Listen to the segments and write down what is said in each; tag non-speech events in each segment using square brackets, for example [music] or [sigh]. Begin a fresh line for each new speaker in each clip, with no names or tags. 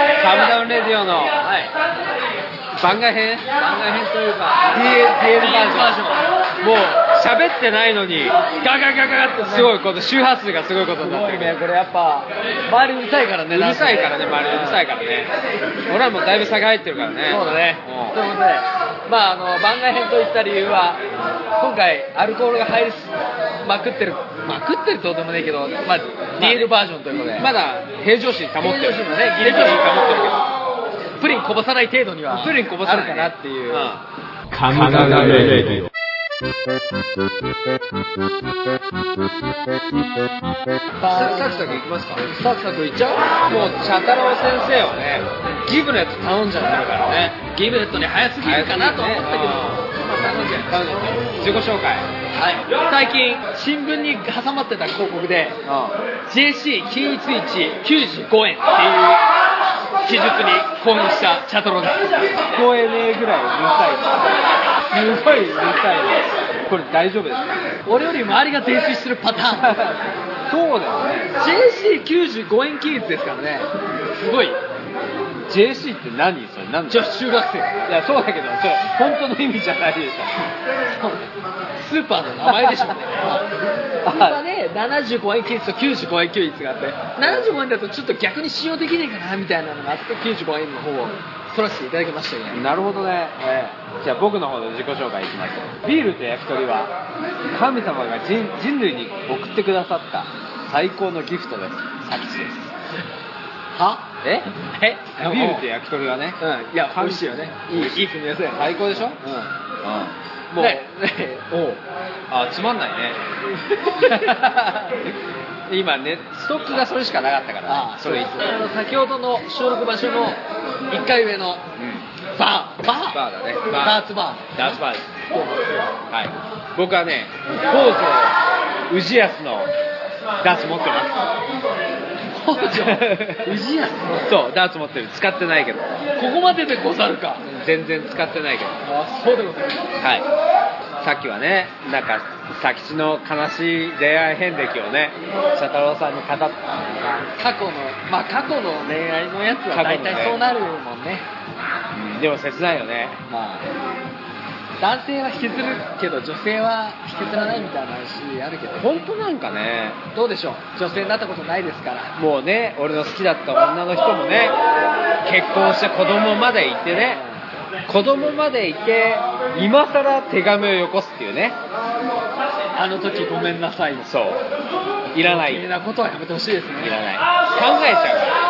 ラジオの、はい、番外編番外編というか
DL バージョン
バージョンもう喋ってないのにガガガガガってすごいこの周波数がすごいこと
す
になっ
ご
て
い
る
ね、これやっぱ、周りうるさいからね、
うるさい
なん
からね周りうるさいからね俺らもだいぶ差が入ってるからね
そうだね。ということで、まあ、あの、番外編といった理由は、今回、アルコールが入りまくってる、まくってるとでもないけど、まあ、ディールバージョンということで、
まだ平常心保ってる
平常心のねギリギリ
平常心保ってるけど
プリンこぼさない程度には、
プリンこぼさない
あるかなっていう。
ん
カナダレディオ。
サクサクいきますか
サクサクいっちゃう
もう茶太郎先生はねギブネット頼んじゃってるからね
ギブレットに早すぎるかなと思ったけど、
頼んじゃった自己紹介
はい、最近、新聞に挟まってた広告で、JC 均一195円っていう記述に興奮したチャトロだ
聞こえねえぐらいうるさいすごいうるさいねこれ大丈夫ですか
俺より周りが泥酔してるパターン
[laughs] そうだ
JC95 円均一ですからねすごい
よね JC って何それ何
女子中学
い
生
やそうだけどそれ本当の意味じゃないでし
スーパーの名前でしょうね
あ
本当はね75円均一と95円均一があって75円だとちょっと逆に使用できねえかなみたいなのがあって95円の方を取らせていただきましたよ
ょ
ね
なるほどね、じゃあ僕の方で自己紹介いきますビールと焼き鳥は神様が人人類に送ってくださった最高のギフトですサキチです
は
え
え
ビールと焼き鳥はね
うんいや美味しいよねいいいい組み合わせだよね
最高でしょうんもう、
ねね
おあつまんないね [laughs] 今ねストックがそれしかなかったから、
あ
ね、
あ
そ
それ
れ
い
い
つ
つも
あの先ほどの収録場所の1回上のバーバー
バーだねバー
ダーツバ
ダースバーですはい僕はね北条氏康のダーツ持ってま
[laughs] ー北条宇治安
すそうダーツ持ってる使ってないけど
ここまででござるか
全然使ってないけど
あそうでござる
はいさっきはねなんか佐吉の悲しい恋愛遍歴をね茶太郎さんに語った
過去のまあ過去の恋愛のやつは大体そうなるもんね
うんでも切ないよね
まあ男性は引きずるけど女性は引きずらないみたいな話あるけど
本当なんかね
どうでしょう女性になったことないですから
もうね俺の好きだった女の人もね結婚して子供までいてね子供までいて今さら手紙をよこすっていうね
あの時ごめんなさい
そういらないい
みん
らない
なことはやめてほしいですね
考えちゃう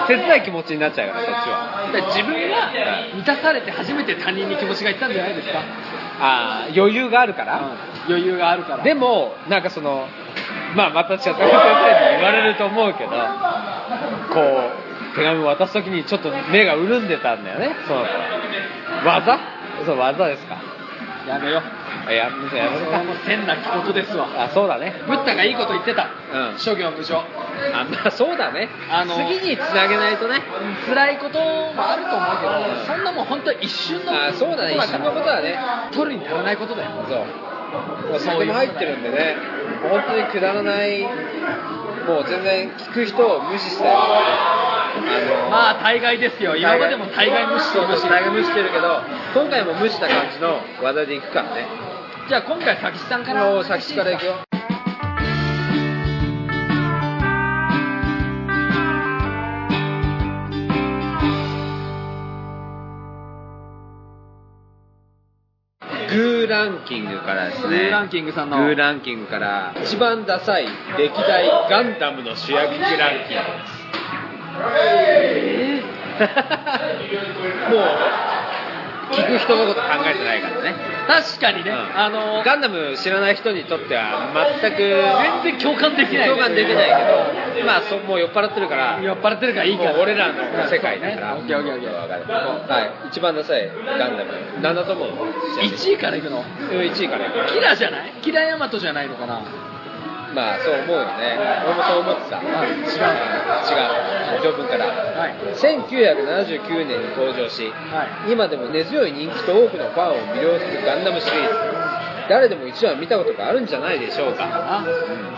から切ない気持ちになっちゃうからそっちは
だから自分が満たされて初めて他人に気持ちがいったんじゃないですか、
ああ余裕があるから、
余裕があるから
でもなんかそのまあまたちょっと先生に言われると思うけどこう手紙を渡す時にちょっと目が潤んでたんだよねその技そう技ですか
やめよ
あやめてやめ
そ
て
れはもう千なきことですわ
あそうだね
ブッダがいいこと言ってた、
うん
諸行無常
あまあそうだね
あの
次につなげないとね
辛いこともあると思うけどそんなもん本当一瞬の
あそうだね
こ
一
とか
瞬
ら
のことだね
取るに足らないことだよ
そうお酒も入ってるんでね本当にくだらないもう全然聞く人を無視したよあの
まあ大概ですよ今までも大概無視していました
大概無視してるけど今回も無視した感じの話題でいくからね
じゃあ今回先さんから
もう先からいくよグーランキングからですね
グーランキングさんの
グーランキングから一番ダサい歴代ガンダムの主役ランキングです。 [laughs] もう聞く人のこと考えてないからね。
確かにね、
うん
あの
ガンダム知らない人にとっては全く
全然共感できない
共感できないけど、まあそもう酔っ払ってるから。
酔っ払ってるからいいから
もう俺らの世界だから。
オッケーオッケーオッケー
わかるはい、一番ダサいガンダム。何だと思う
1位からいくの
うん一位からいく
キラじゃないキラヤマトじゃないのかな
まあそう思うよね俺もそう思ってた違う
違
違う序文から
はい
1979年に登場し
は
今でも根強い人気と多くのファンを魅了するガンダムシリーズ誰でも一度は見たことがあるんじゃないでしょうか
あ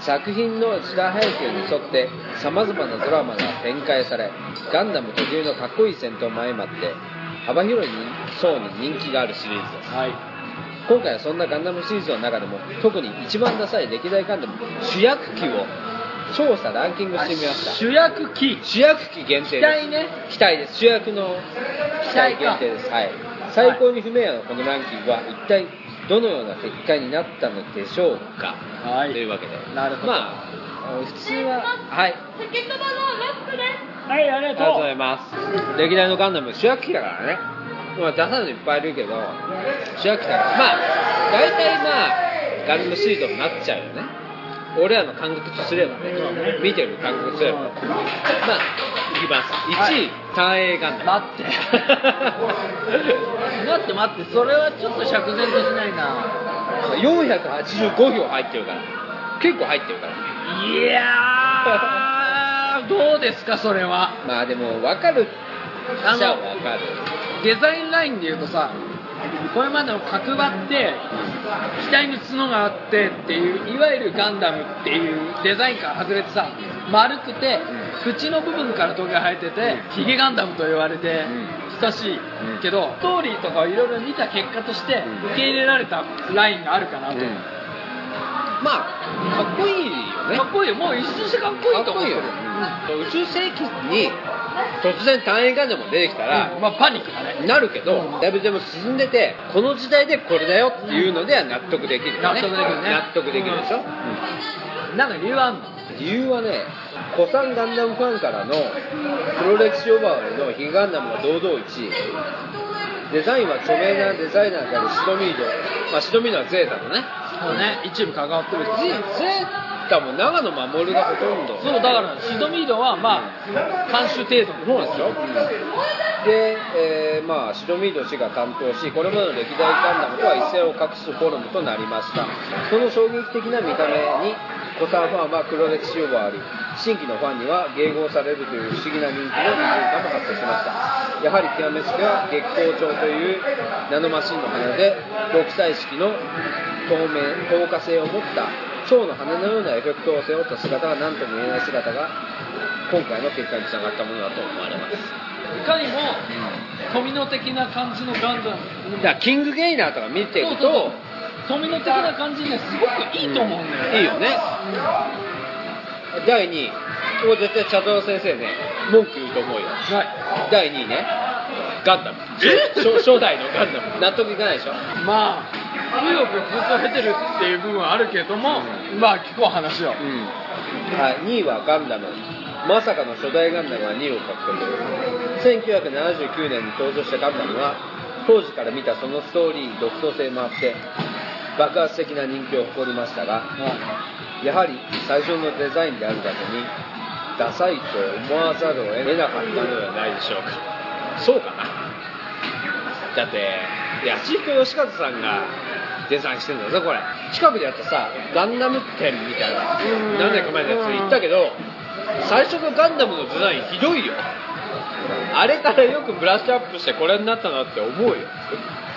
作品の時代背景に沿ってさまざまなドラマが展開されガンダム特有のかっこいい戦闘も相まって幅広い層に人気があるシリーズです
はい
今回はそんなガンダムシリーズの中でも特に一番ダサい歴代ガンダム主役機を調査ランキングしてみました
主役キー
主役機限定
期
です
待ね
期待です主役の期待
期待か
限定ですはい最高に不明なこのランキングは一体どのような結果になったのでしょうか、
は
というわけで
なるほど
まあ普通ははい
ポケットバのロックです。
はいあり
あり
が
がとうご
と
ざいます歴代のガンダム主役機だからねまあ出さないのいっぱいいるけど主役機だからまあ大体まあガンダムシリーズになっちゃうよね俺らの感覚とすればね見てる感覚とすればまあいきます1位単影ガン
う
ダム [laughs]
待って待って待ってそれはちょっと釈然としないな
485票入ってるから結構入ってるから
いやー [laughs] どうですかそれは
まあでも分かる
あの
じゃあ分かる
デザインラインでいうとさこれまでの角張って機体に角があってっていういわゆるガンダムっていうデザインから外れてさ丸くて口の部分からトゲが生えててヒゲガンダムと言われて親しい
ん
けどストーリーとかをいろいろ見た結果として
うん
受け入れられたラインがあるかなと、
まあかっこいいよね
かっこいいよもう一瞬してかっこいいと思ってる
かっこいいよ宇宙世紀に突然単影ガンダムが出てきたら、
うんまあパニックだね
なるけどだいぶでも進んでてこの時代でこれだよっていうのでは納得できるよね
納得できるね
納得できるでしょ、
なんか理由はあんの
理由はね古参ガンダムファンからの黒歴史呼ばわりのヒゲガンダムが堂々1位デザインは著名なデザイナーであるシドミードまあシドミードはゼータのね
そうね一部関わってるし
ゼータも長野守がほとんど
そうだからシドミードはまあ監修程度
そうですよ、で、えーまあ、白ミード氏が担当しこれまでの歴代ガンダムとは一線を画すフォルムとなりましたその衝撃的な見た目に古参ファンは黒歴史をあり新規のファンには迎合されるという不思議な人気の二重化も発生しましたやはり極めつけは月光町というナノマシンの花で極彩色の透明透過性を持った蝶の羽のようなエフェクトを背負った姿は何とも言えない姿が今回の結果につながったものだと思われます
いかにも富野的な感じのガンダム
だからキングゲイナーとか見てると
富野的な感じねすごくいいと思うんだよ、
いいよね第2位これ絶対茶道先生ね文句言うと思うよ
は
第2位ねガンダム初初代のガンダム納得いかないでしょ
いまあ強く崩されてるっていう部分はあるけども、まあ聞こう話を
はい、2位はガンダムまさかの初代ガンダムは2位を獲得1979年に登場したガンダムは当時から見たそのストーリーに独創性もあって爆発的な人気を誇りましたがやはり最初のデザインであるだけにダサいと思わざるを得なかったのではないでしょうかそうかなだって安彦義和さんがデザインしてんだぞこれ近くでやったさガンダム展みたいな
うん
何年か前のやつ行ったけど最初のガンダムのデザインひどいよあれからよくブラッシュアップしてこれになったなって思うよ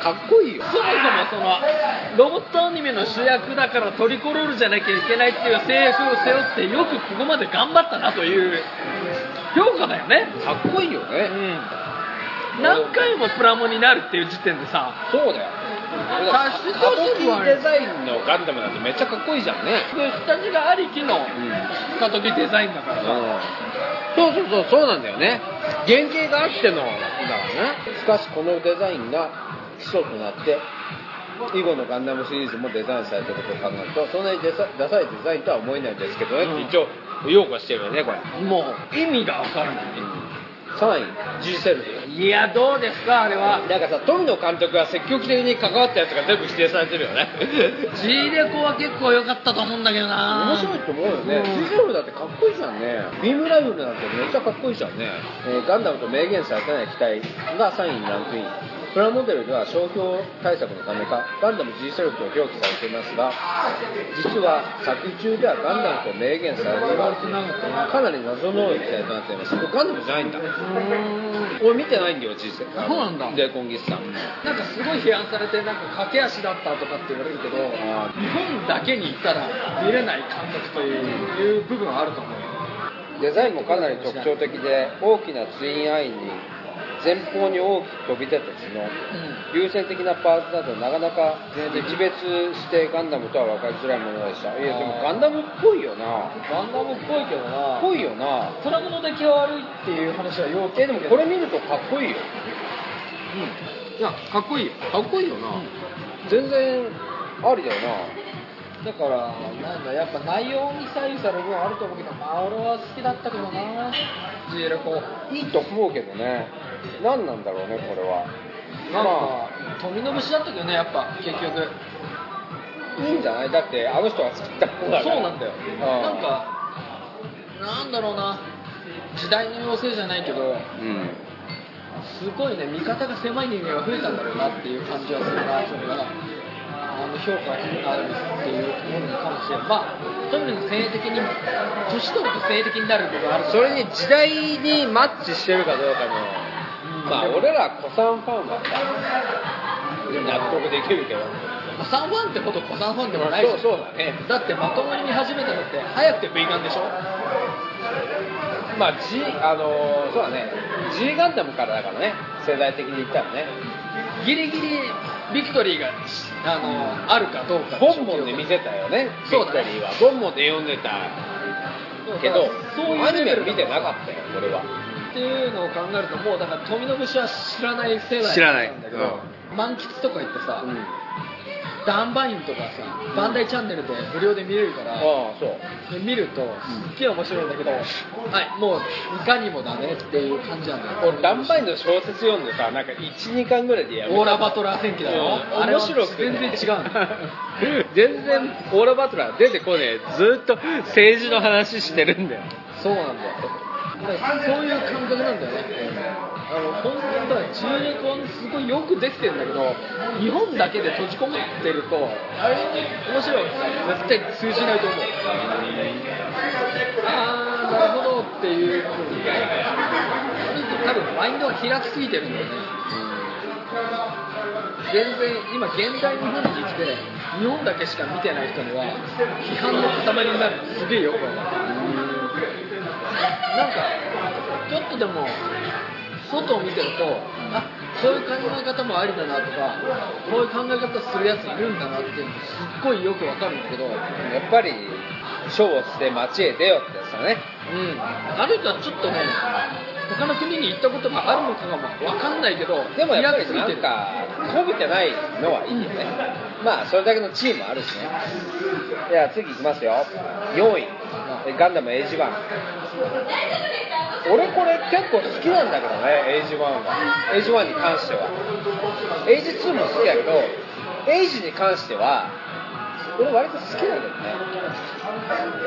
かっこいいよ
そもそもそのロボットアニメの主役だからトリコロールじゃなきゃいけないっていう制服を背負ってよくここまで頑張ったなという評価だよね
かっこいいよね、
何回もプラモになるっていう時点でさ
そうだよ
達してほしいわ
デザインのガンダムなんてめっちゃかっこいいじゃんね
下地がありきの下時デザインだからさ
そうそうそうそうなんだよね原型があってのだからねしかしこのデザインが基礎となって以後のガンダムシリーズもデザインされたことを考えるとそんなにデサダサいデザインとは思えないですけどね、
うん
一応擁護してるよねこれ
もう意味が分からない
3位ジセル
いやどうですかあれは
なんかさ富野監督が積極的に関わったやつが全部否定されてるよね
G レコは結構良かったと思うんだけどな
面白いと思うよね、
うん
ジセルだってかっこいいじゃんねビームライフルなんてめっちゃかっこいいじゃんね、えーガンダムと明言されてない機体が3位にランクインプラモデルでは商標対策のためかガンダム G セルフを表記されていますが実は作中ではガンダムと明言されていますかなり謎の液体となっていますこれガンダムじゃないんだ俺見てないんだよ G セルフ
そうなんだ
でコンギスさん
なんかすごい批判されてなんか駆け足だったとかって言われるけど
あ
日本だけに行ったら見れない感覚といういう部分はあると思う
デザインもかなり特徴的で大きなツインアイに前方に大きく飛び出た角優先的なパーツなどなかなか一別してガンダムとは分かりづらいものでしたいやでもガンダムっぽいよな
ガンダムっぽいけど
っ
な
ぽいよな
トラムの出来が悪いっていう話はよく
えでもこれ見るとかっこいいよ
いやかっこいいよ
かっこいいよな、全然ありだよ
だからなんだやっぱ内容に左右される部分はあると思うけどまあ俺は好きだったけどな GL 候補
ないいと思うけどね何なんだろうねこれは
なん
まあ
か富の節だったけどねやっぱ結局
いいんじゃないだってあの人が作ったも
そ
の
う
だから
なんだよなんかなんだろうな時代の要請じゃないけど
うん
すごいね味方が狭い人間が増えたんだろうなっていう感じはするなそれがあの評価があるっていうところに関してまあとにかく性的に年取ると性的になる部分あるから
それに時代にマッチしてるかどうかの、まあ俺ら古参ファンはさ納得できるけど
古参ファンってこと古参ファンでもないし
そうそうだね
だってまともに見始めたのって早くて V ガンでしょ
まあ G あのーそうだね G ガンダムからだからね世代的に言ったらね
ギリギリビクトリーがあのあるかどうか
ボンボンで見せたよね
そうだね
ビクトリーはボンボンで読んでたけど
そういう
アニメ
レベル
見てなかったよ俺は
っていうのを考えるともうだから富の節は知らない世代
知らない
んだけど、満喫とか行ってさ、
うん
ダンバインとかさバンダイチャンネルで無料で見れるか
あ
ら、
あそう
で見るとすっげえ面白いんだけど、はいもういかにもだねっていう感じなんだよ
俺ダンバインの小説読んでさなんか12巻ぐらいでやめた
オーラバトラー戦記だろ、あ
面
れは
白くて
全然違うんだよ
[laughs]
[laughs]
全然オーラバトラー出てこねえずっと政治の話してるんだよ
そうなんだよだからそういう感覚なんだよねあの本当にだから中年婚すごいよくできてるんだけど日本だけで閉じ込めてるとあれに面白い絶対通じないと思うああなるほどっていうふうに多分マインドが開きすぎてるんだよね全然今現代日本に来て日本だけしか見てない人には批判の塊になるのすげえよくわかるなんかちょっとでも外を見てるとあそういう考え方もありだなとかこういう考え方するやついるんだなっていうのすっごいよくわかるんだけどう
やっぱり書を捨て街へ出よってやつだね
んある人はちょっとね他の国に行ったことがあるのかがわかんないけど
でもやっぱり
開きすぎ
な
て
ん
る
かこびてないのはいいよね、まあそれだけの地位もあるしねじゃあ次いきますよ4位えガンダム AG1 俺これ結構好きなんだけどね AG1 は AG1 に関しては AG2 も好きだけど AG に関しては俺割と好きなんだけどね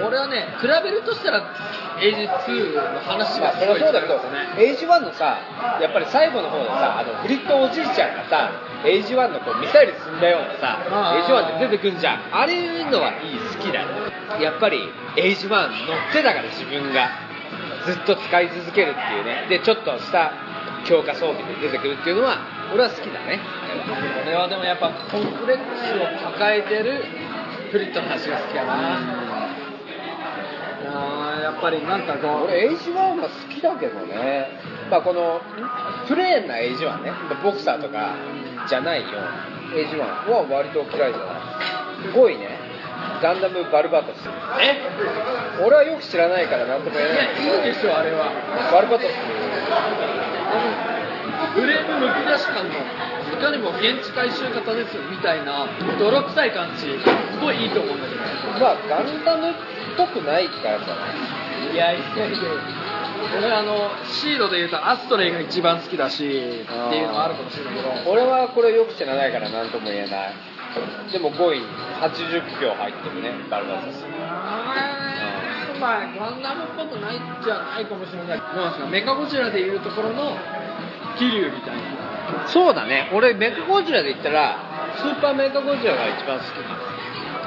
俺はね比べるとしたら AG2 の話
ま
が
あ
す
そり
ご
ゃ
い
そうだけど
ね
AG1 のさやっぱり最後の方でさあのフリットおじいちゃんがさ AG1 のこうミサイル積んだようなさ
あ
AG1
ー
で出てくんじゃんあれいうのはいい好きだよやっぱり AG1 乗ってたから自分がずっと使い続けるっていうねでちょっとした強化装備で出てくるっていうのは俺は好きだね
俺はでもやっぱコンプレックスを抱えてるフリットの話が好きやなあーやっぱりなんかこう
俺 AG1 は好きだけどねまあこのプレーンな AG1 ねボクサーとかじゃないよ AG1 は割と嫌いじゃない5位ねガンダムバルバトス
え
俺はよく知らないから何とも言え
い
ない
やいいでしょあれは
バルバトス
フレームむき出し感のいかにも現地回収型ですみたいな泥臭い感じすごいいいと思うんだけど
まあガンダムっぽくないからじゃない
いやいやいや俺あのシードでいうとアストレイが一番好きだしっていうのはあるかもしれないけど
俺はこれよく知らないから何とも言えないでも5位80票入ってるねバルバトス
あーまあガンダムっぽくないじゃないかもしれないなんですかメカゴジラでいうところの桐生みたいな
そうだね俺メカゴジラで言ったらスーパーメカゴジラが一番好き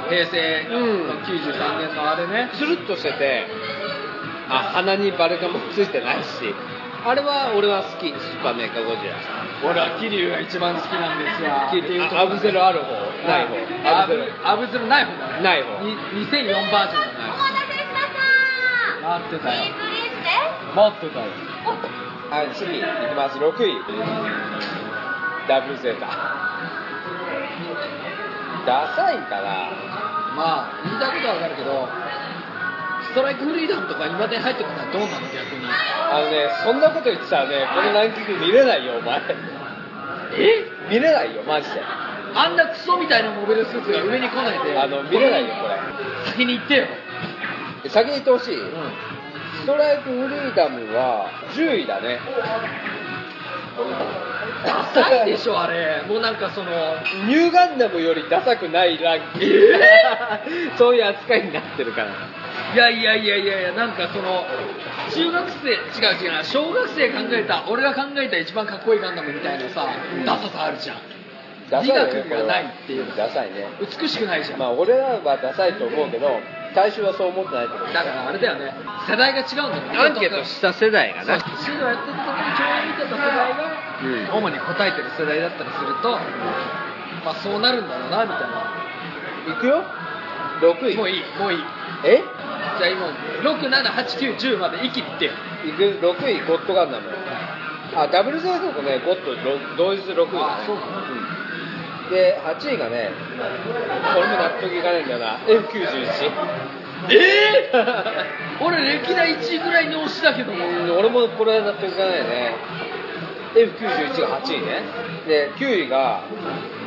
平成の93年のあれね、
つるっとしててあ鼻にバルカもついてないしあれは俺は好きスーパーメーカーゴジラ
俺は桐生が一番好きなんですよ聞いていうと
あアブゼロある方ない方
あ
アブゼロ
アブゼロない方だね
ない方
に2004バージョン
お待たせしました
だ待ってた
ビー
よ
ズリーして
待ってたよ
おっ
はい、次いきます。6位。ダブルゼータ。ダサいかな。
まあ言いたいことはわかるけどストライクフリーダムとか今で入ってくるのはどうなの逆に
あのね、そんなこと言ってたらね、このランキング見れないよ、お前。
え
見れないよ、マジで。
あんなクソみたいなモビルスーツが上に来ないで
あの、見れないよ、これ
先に行ってよ、。
で先に言ってほしい。
うん
ストライクフリーダムは10位だね。
ダサいでしょあれもうなんかその
ニューガンダムよりダサくないランキング。 [laughs] そういう扱いになってるから。
いやいやいやいやいやなんかその中学生違う違う小学生考えた俺が考えた一番かっこいいガンダムみたいなさダサさあるじゃん
ダサい
自
よ
我
ね
君がないっていう
ダサいね。
美しくないじゃん、
まあ俺らはダサいと思うけど大衆はそう思ってないってこと
だからあれだよね世代が違うんだよ
アンケートした世代が
そ
な
うシードをやってた時に共演見てた世代が
うん
主に答えてる世代だったりするとまあそうなるんだろうなみたいない
くよ6位
もういいもういい
え
じゃあ今678910まで一気にいってよ
いく6位ゴッドガンダムあダブルゼータとねゴッドろ同日6位だね
そうか
うんで8位がねこれも納得いかないんだよな F91
ええ俺歴代1位ぐらいに推しだけども
うん俺もこれは納得いかないね F91 が8位ねで9位が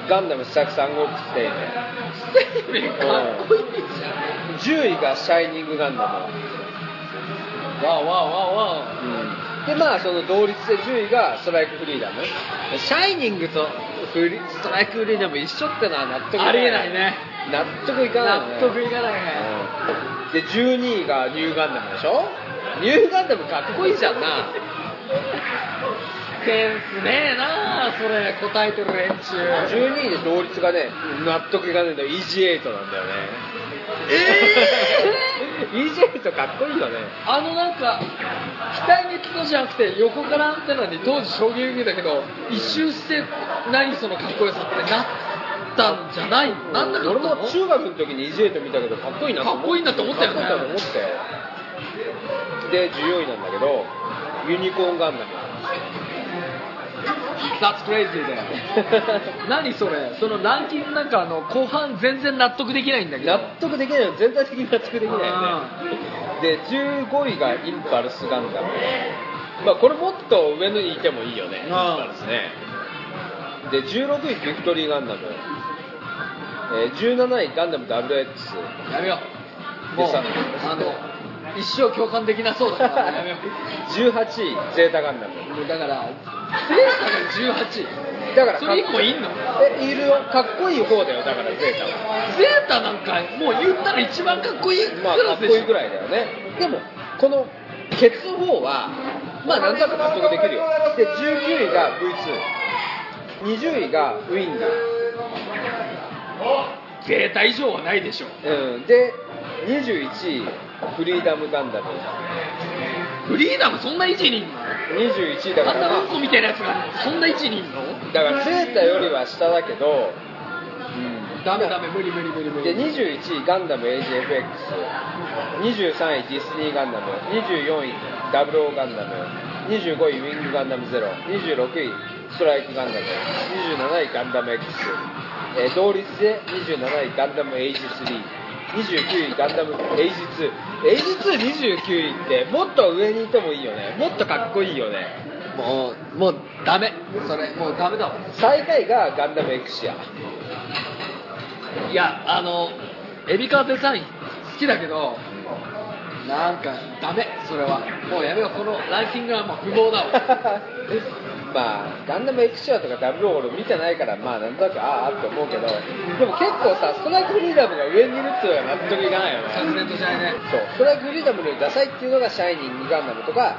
ガンダム試作3号機ステイね
ステイメンかっこいいじゃん
10位がシャイニングガンダム
わあわあわあわ
でまあその同率で10位がストライクフリーダム
シャイニングとフリストライクフリーダム一緒ってのは納得いか
あありえないね
納得いかない、ね、
納得いかないね
うんで12位がニューガンダムでしょニューガンダムかっこいいじゃんな
センスねえなあそれ答えてる連中
12位で同率がね納得いかないんだよ EG8 なんだよねえ [laughs] EG8 かっこいいよね
あのなんか機体に基礎じゃなくて横からアンテナに当時衝撃受けたけど一周して何そのかっこよさってなったんじゃないのなんだか
俺
った
も
の
中学の時に EG8 見たけどかっこいいなと思
かっこいいなって思ったよね
かっこいいなと思ってで14位なんだけどユニコーンガンダム
That's crazy だよ [laughs] 何それそのランキングなんかあの後半全然納得できないんだけど
納得できないよ全体的に納得できないよねで15位がインパルスガンダムまあこれもっと上のにいてもいいよねインパルスねで16位ビクトリーガンダム、えー17位ガンダム WX
やめようもう
でさ
あの一生共感できなそうだからやめよ
18位ゼータガンダム
うもうだからセータが18
だから
それ1個いんの
えいるよかっこいい方だよだからゼータは
ゼータなんかもう言ったら一番かっこいいク
まあ
ラ
か
ス
っ
で
こ
し
いい
ょ
ぐらいだよねでもこのケツ方はまあなんとなく納得できるよで19位が V220 位がウィング、
ゼータ以上はないでしょ
うん、で21位フリーダムガンダム
フリーダムそんな位置にいんの
21位だか
あん
ら
な
ま
うんこみたいなやつがそんな位置にいんの
あだからゼータよりは下だけど、
ダメダメ無理無理無理無
で
理
21位ガンダム AGFX23 位ディスニーガンダム24位00ガンダム25位ウィングガンダム026位ストライクガンダム27位ガンダム X、えー同率で27位ガンダム AG329 位ガンダム AG2AG229 位ってもっと上にいてもいいよねもっとかっこいいよね
もうもうダメそれもうダメだわ
最下位がガンダムエクシア
いやあのエビカーデザイン好きだけどなんかダメそれはもうやめようこのランキングはもう不毛だわ
[laughs] まあガンダムエクシアとかダブルオール見てないからまあなんとなくああって思うけどでも結構さストライクフリーダムが上にいるっていうのは納得いかないよね
サクセントじゃないね
そうストライクフリーダムよりダサいっていうのがシャイニングガンダムとか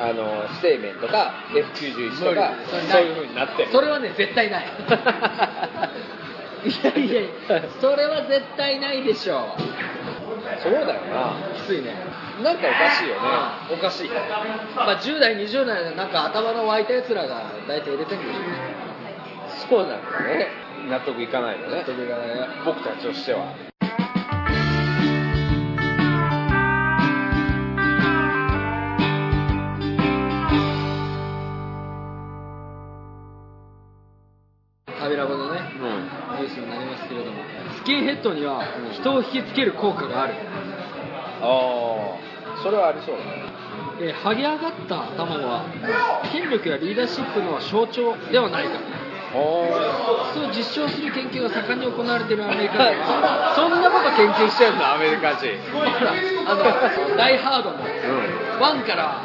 あのステイメンとか F91 とか
それない
そういう風になってる
それはね絶対ない
[laughs]
いやいやいやそれは絶対ないでしょ
そうだよな
うきついね
なんかおかしいよねおかしい
まあ10代20代のなんか頭の湧いたやつらが大体入れてるんでしょ
そうなんだね納得いかないよね
得いかないね
僕たちとしては
旅ラボのね
うん
ニュースになりますけれどもスキンヘッドには人を引きつける効果がある、
ああそれはありそうだね
えー、剥げ上がった頭は権力やリーダーシップの象徴ではないか
お
そう実証する研究が盛んに行われているアメリカで [laughs] は
そんなこと研究してんのアメリカ人
ほらあの「ダイ・ハード」も1から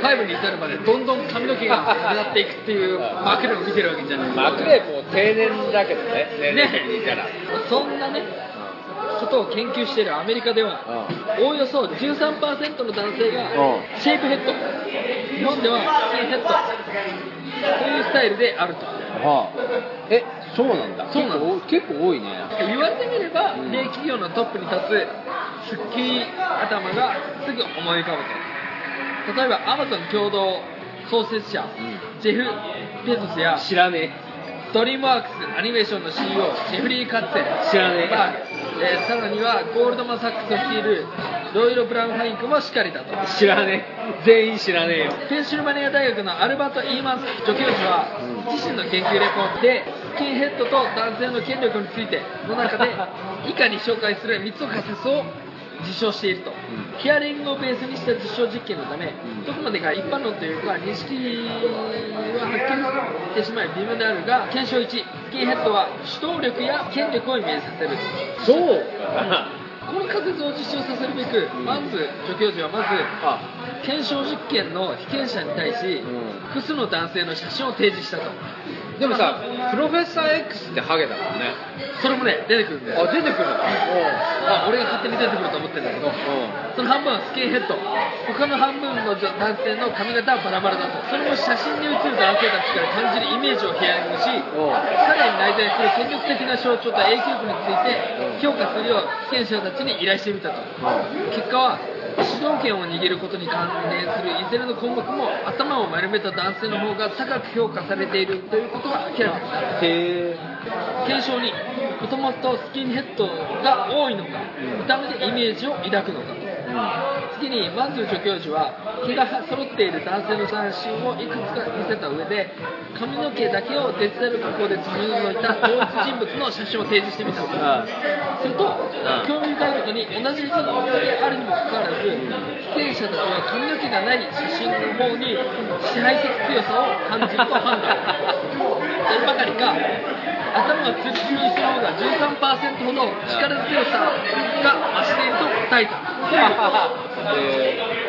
5に至るまでどんどん髪の毛が目立っていくっていうマクレを見てるわけじゃない
マクレーもう定年だけどね年齢的にいたら、
ねそんなねことを研究しているアメリカではおおよそ13%の男性が
う
シェイプヘッド日本ではスキンヘッドというスタイルであると
はあ、えそうなんだ
そうなん
結構結構多いね
言われてみれば米企業のトップに立つスッキリ頭がすぐ思い浮かぶと例えばアマゾン共同創設者、ジェフ・ペゾスや
知らね
ドリームワークスアニメーションの CEO ジェフリー・カッツェン
知らねえ
バーグ、えーさらにはゴールドマン・サックスを率いるロイロ・ブラウン・ハインクもしかりだと
え知らねえ全員知らねえよ
ペンシルバニア大学のアルバート・イーマン助教授は自身の研究レポートでスキンヘッドと男性の権力についての中で以下に紹介する3つの仮説を実証していると、ヒアリングをベースにした実証実験のため、どこまでが一般論というか認識ははっきりしてしまい微妙であるが検証1スキンヘッドは主導力や権力をイメージさせる
そうかな
この仮説を実証させるべく、マンズ助教授はまず
あ
検証実験の被験者に対し、
ん
複数の男性の写真を提示したと
でもさプロフェッサー X ってハゲだからね
それもね出てくるんだよ
あ出てくるの
あ俺が勝手に出てくると思ってるんだけどその半分はスキンヘッド他の半分の男性の髪型はバラバラだとそれも写真に写る男性たちから感じるイメージをヒアリングしさらに内在する権力的な象徴と影響力について評価するよう被験者たちに依頼してみたと結果は主導権を握ることに関連するいずれの項目も頭を丸めた男性の方が高く評価されているということが明らかになった
へえ
検証にもともとスキンヘッドが多いのか見た目でイメージを抱くのか、次にマンズ助教授は毛が揃っている男性の三振をいくつか見せた上で髪の毛だけをデジタル加工で積み除いた同一人物の写真を提示してみたすると興味深いことに同じ人のお二人あるにもかかわらず被験者たちは髪の毛がない写真の方に支配的強さを感じると判断そればかりか頭がつるつるにした方が13%ほど力強さが増していると答えたとい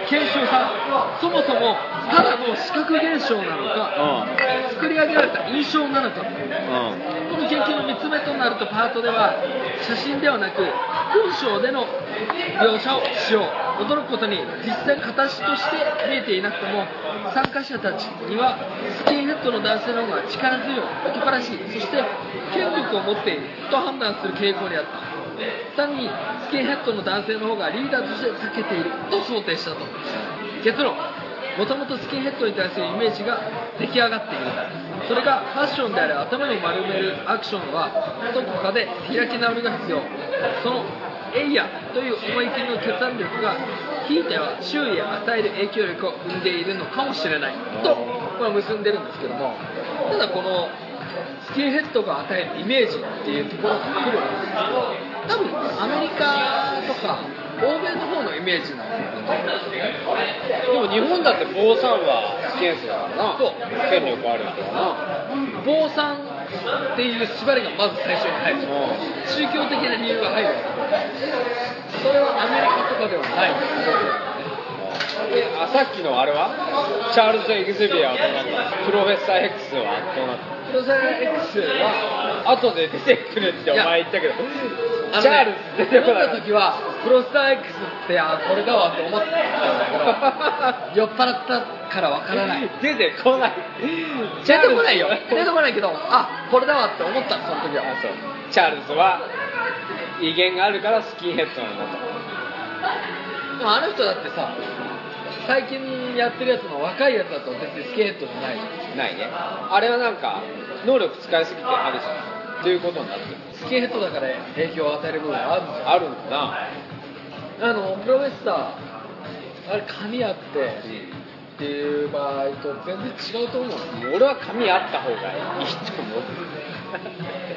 う検証さんそもそもただの視覚現象なのか作り上げられた印象なのか
うんうん
この研究の3つ目となるとパートでは写真ではなく文章での描写をしよう驚くことに実際の形として見えていなくとも参加者たちにはスキンヘッドの男性の方が力強い男らしいそして権力を持っていると判断する傾向にあった単にスキンヘッドの男性の方がリーダーとして長けていると想定したと結論もともとスキンヘッドに対するイメージが出来上がっているそれがファッションである頭を丸めるアクションはどこかで開き直りが必要そのエイヤという思い切りの決断力がひいては周囲へ与える影響力を生んでいるのかもしれないと、まあ、結んでるんですけどもただこのスキンヘッドが与えるイメージっていうところが来るんですけど多分アメリカとか欧米の方のイメージなんですよ
でも日本だって坊さんは危険性だからな
そう
権力ある人は
坊さんっていう縛りがまず最初に入る宗教的な理由が入るそれはアメリカとかではない
なであさっきのあれはチャールズ・エグゼビアはどうなったプロフェッサー X はどうなっ
プロサイエ X は
た後で出てくるってお前言ったけど
あのね
チャールズ出てこ
思
ない
った時はクロスター X ってあこれだわって思ったんだけど酔っ払ったからわからない
出てこない
出てこないよ出てこないけどあこれだわって思ったその時は
あそうチャールズは威厳があるからスキンヘッドなんだと
でもあの人だってさ最近やってるやつの若いやつだと別にスケートじゃないじゃん
ないねあれはなんか能力使いすぎてあるしっていうことになってる
スケートだから影響を与える部分あるんじゃん
あるんだな
あのプロレスターあれ髪あってっていう場合と全然違うと思う
俺は髪あった方がいいと思う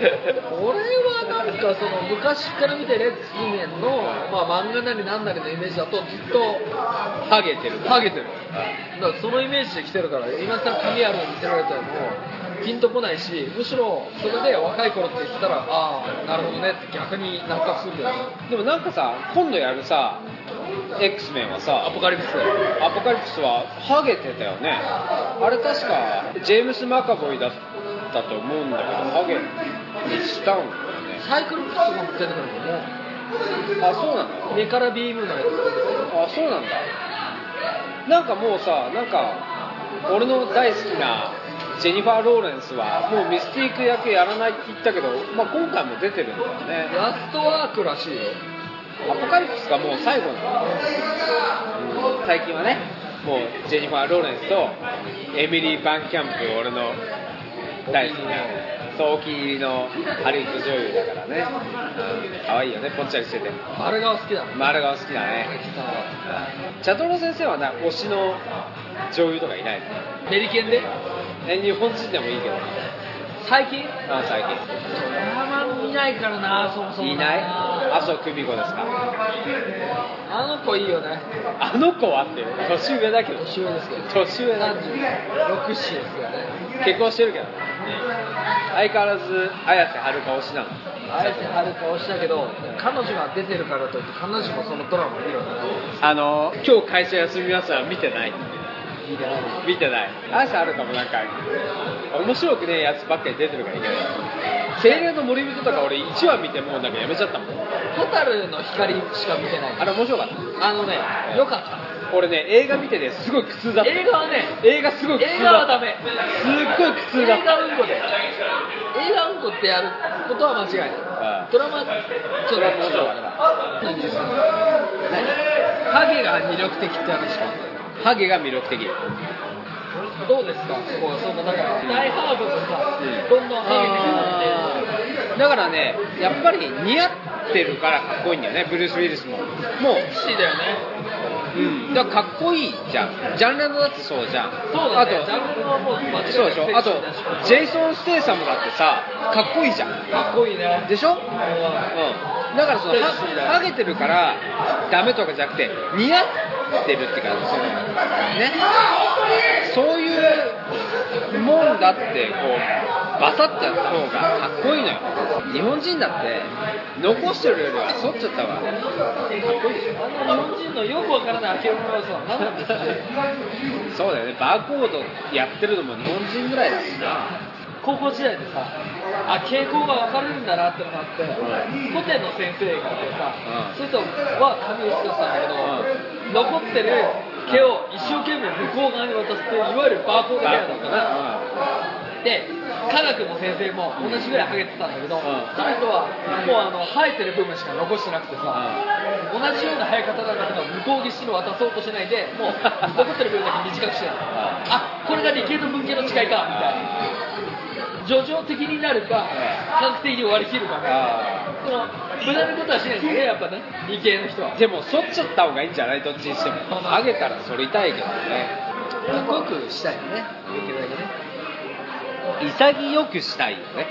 俺はなんかその昔から見てレッツ2年の、まあ、漫画なりなんなりのイメージだとずっと
ハゲてるから
ハゲてるだからそのイメージで来てるから今更髪あるの見せられてもピンとこないしむしろそれで若い頃って言ってたらああなるほどねって逆に納得するんだよね
でもなんかさ今度やるさ X メンはさ
アポカリプス
アポカリプスはハゲてたよねあれ確かジェームス・マカボイだったと思うんだけどハゲにしたんだよね
サイクルプスが出てくるのも
あそうなんだ
目からビームのやつ
あそうなんだなんかもうさなんか俺の大好きなジェニファー・ローレンスはもうミスティーク役やらないって言ったけど、まあ、今回も出てるんだよね
ラストワークらしいよ
アポカリプスがもう最後なんだよね、最近はねもうジェニファー・ローレンスとエミリー・バンキャンプ俺の大好きなそうお気に入りのハリウッド女優だからね可愛いよねぽっちゃりしてて
あれが好きだもん
丸顔好きだね
さ
チャトロ先生はな推しの女優とかいないの
メリケンで
え日本人でもいいけど
最近
あ最近
ドラマ見ないからなそもそも
いない
あ
麻生久美子ですか
あの子いいよね
あの子はって年上だけど
年上ですけど
年上だ
36
けど
歳ですよね
結婚してるけど相変わらず綾瀬はるか推しなの
あえてはる顔したけど彼女が出てるからといって彼女もそのドラマ見ろね
あの今日会社休みますは見てない
いいじゃない
見てない綾瀬はるかもなんか面白くねえやつばっかり出てるからいけない精霊の森人とか俺1話見てもうなんかやめちゃったもん
蛍の光しか見てない
あれ面白かった
あのねよかっ
俺ね映画見ててすごい苦痛だ
た
った
映画はね
映画すごい苦痛だった
映画はダメ
すっごい苦痛だった
映画うんこで映画うんこってやることは間違い
う
な
ん
いドラマちょっと面白かった何ですかハゲが魅力的って話か
ハゲが魅力的
どうですかこうそのだから大ハードとさどんどんハゲてくるって
だからねやっぱり似合ってるからかっこいいんだよねブルース・ウィリスもも
セクシーだよね
う、だからかっこいいじゃんジャンルのだってそうじゃん
そうだねジ
あ
ャンルはもう間違いな
と
く
そうでしょあと
セクシーだし
ジェイソン・ステイサムだってさかっこいいじゃん
かっこいいね
でしょ、うん、
うん
だからそのハハゲてるからダメとかじゃなくて似合ってるって感じそのねそういうもんだってこうバサッとやった方がかっこいいのよ日本人だって残してるよりは剃っちゃったわ
あの日本人のよくわからない明け物はさ何なんですかね
そうだよねバーコードやってるのも日本人ぐらいだもんな
高校時代でさあ傾向が分かれるんだなってのがあって、古典の先生がいて
う
さ、
ん
そういう人は髪薄くしたんだけど、残ってる毛を一生懸命向こう側に渡すっていういわゆるバーコードヘア
バーコー
だった
ド
な
な、うん
で科学の先生も同じぐらいハゲてたんだけど、
ん
その人はもうあの生えてる部分しか残してなくてさ、同じような生え方だけど向こう岸に渡そうとしないで [laughs] もう残ってる部分だけ短くしてるあこれが理系と文系の違いかみたいな叙情的になるか科学的に割り切るかみたいなその無駄なことはしないんですねやっぱね理系の人は
でも剃っちゃった方がいいんじゃないどっちにしてもハゲたら剃りたいけどね
かっこよくしたいよねできるだけね
潔くしたいよね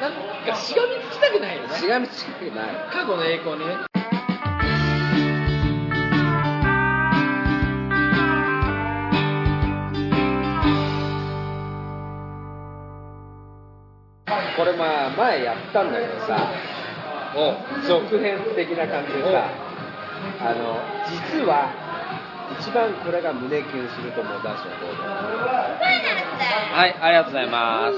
なんかしがみつきたくないよね
しがみつきない
過去の栄光 [laughs] にね
これまあ前やったんだけどさ続編的な感じでさあの実は一番これが胸キュンすると思う男子の行動
ファイナルスだよ
はい、ありがとうございます。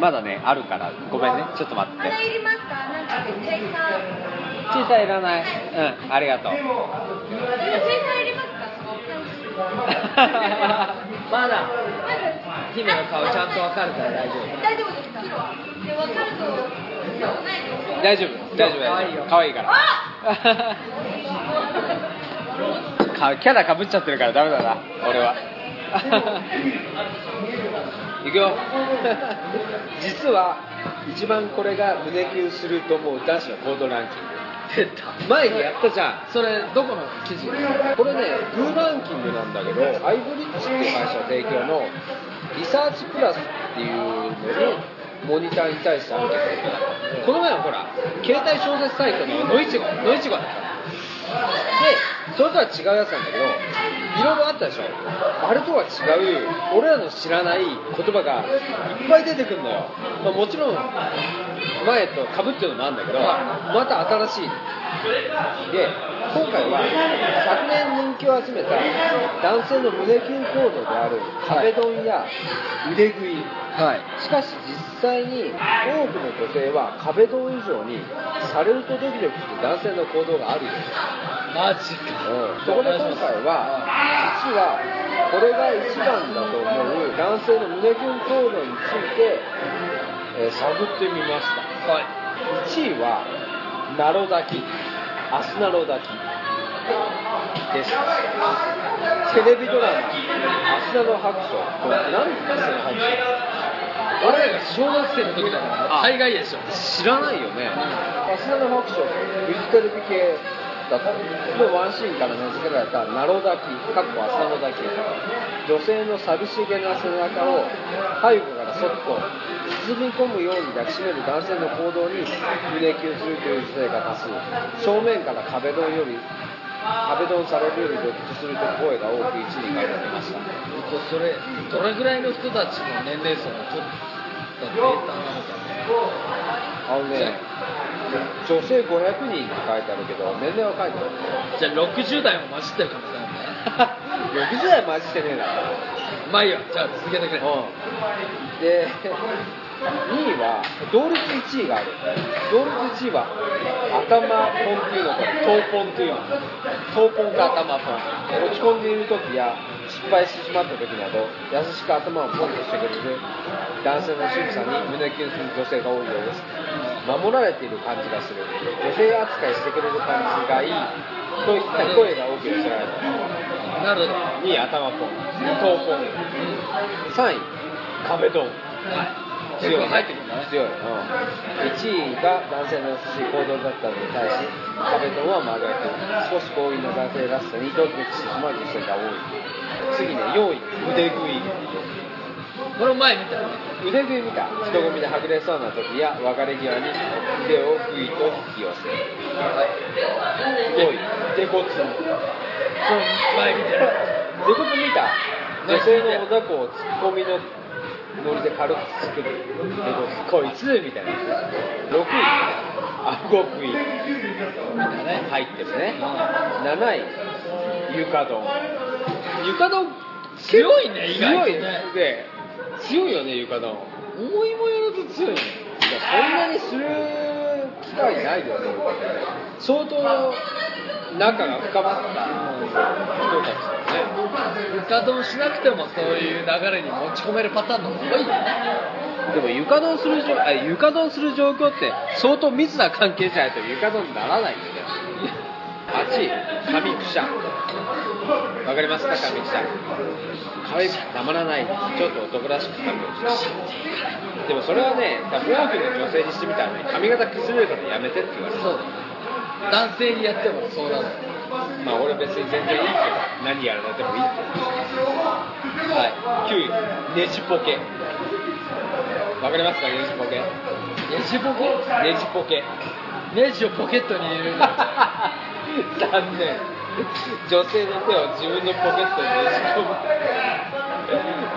まだね、あるから、ごめんね、ちょっと待って
あ。れいりますかなんかチェイサー
小さいいらない。うん、ありが
[laughs]
とう。
チェイサーいりますか
まだ姫の顔ちゃんとわかるから大丈夫
大丈夫ですかで分かるとない
大丈
です
夫、大丈夫、
可愛いよ
可愛いから。
あ
[laughs] かキャラかぶっちゃってるからダメだな俺
[laughs]
は
いくよ実は一番これが胸キュンすると思う男子の行動ランキン
出た
グ前にやったじゃん
それどこの記事
これねグーランキングなんだけどアイブリッジっていう会社提供のリサーチプラスっていうのにモニターに対してアンケートこの前はほら携帯小説サイトのノイチゴノイチゴだったでそれとは違うやつなんだけどいろいろあったでしょあれとは違う俺らの知らない言葉がいっぱい出てくるのよ、まあ、もちろん前とかぶってるのもあるんだけどまた新しいで今回は昨年人気を集めた男性の胸キュン行動である壁ドンや腕食い、
はい
しかし実際に多くの女性は壁ドン以上にされるとドキドキする男性の行動があるよ
マジか
そこで今回は1はこれが一番だと思う男性の胸キュン行動について、えー探ってみました
はい
1位はナロ抱きアスナロ抱きですテレビドラマ「アスナロ白書」これ何でアスナロ白書我々が小学生の時だから
海外でしょ
知らないよねアスナのファクションフジテレビ系だったのワンシーンから名付けられた「ナロ抱き」かっこアスナロ抱き女性の寂しげな背中を背後からそっと包み込むように抱きしめる男性の行動に胸キュンするという女性が多数正面から壁ドンより壁ドンされるよりドキッとするという声が多く一位に書いてありました
それどれぐらいの人たちの年齢層が取ったデータなのかね
あのね女性500人って書いてあるけど年齢は書いてない
じゃあ60代も混じってるかもしれないね
60代マジしてねえな
まあいいよじゃあ続けてくれ
うんで2位は同率1位がある同率1位は頭ポンっていうのと頭ポンっていうの頭ポンか頭ポン落ち込んでいる時や失敗してしまった時など優しく頭をポンとしてくれる男性の仕草に胸キュンする女性が多いようです守られている感じがする女性扱いしてくれる感じがいいといった声が多く寄せられた
なるほど
2位頭ポン頭ポン3位壁ドン
結構入ってくるんだね
強い、うん、1位が男性の優しい行動だったのに対し壁ドンは真逆少し強引な男性らしさにドキドキしてしまう女性が多い次ね4位腕食い
これ前見たよね
腕食い見た人混みではぐれそうな時や別れ際に腕をぐいと引き寄せ5位デコツ
これ前見たよ
デコツ見た女性のおだこをツッコミのノリで軽くつくるデコツこいつみたいな6位顎食い入ってるね7位床丼床丼
強いね意外と
強い
ね
で強いよね床丼
思いもよらず強い
い
ね
やそんなにする機会ないよね相当仲が深まった人たちだよね
床ドンしなくてもそういう流れに持ち込めるパターンの方がいい
でも床丼する状あ床丼する状況って相当密な関係じゃないと床丼にならないんだよ8位上くしゃわかりますか上くしゃ上くしゃたまらないですちょっと男らしく上くしゃでもそれはね多分多くの女性にしてみたらね髪型崩れるからやめてって言われる
そうだね男性にやってもそうなの
まあ俺別に全然いいけど何やられてもいいけどはい9位ネジポケわかりますかネジポケ
ネジボケ
ネジポケ
ネジをポケットに入れるの
[laughs] 残念女性の手を自分のポケットにねじ込む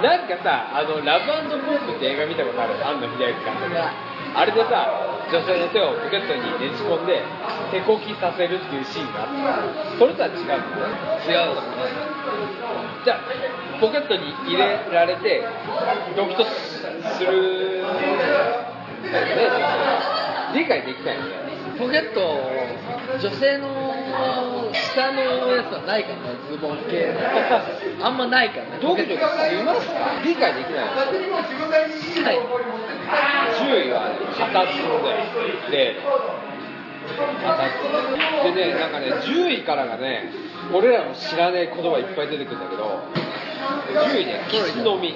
なんかさあのラブポープって映画見たことある安野秀明監督あれでさ
女性の手をポケットにねじ込んで手こきさせるっていうシーンがあったそれとは違うの
違うのね
じゃあポケットに入れられてドキッとするんだよね理解できないんだよ
[laughs]
ね
ポケット女性の下のやつはないからねズボン系のあんまないからね
ドキドキしますか理解できない
はい
注意はね、片角で、で、片角でね、なんかね、10位からがね、俺らの知らない言葉いっぱい出てくるんだけど、10位ね、キスの実、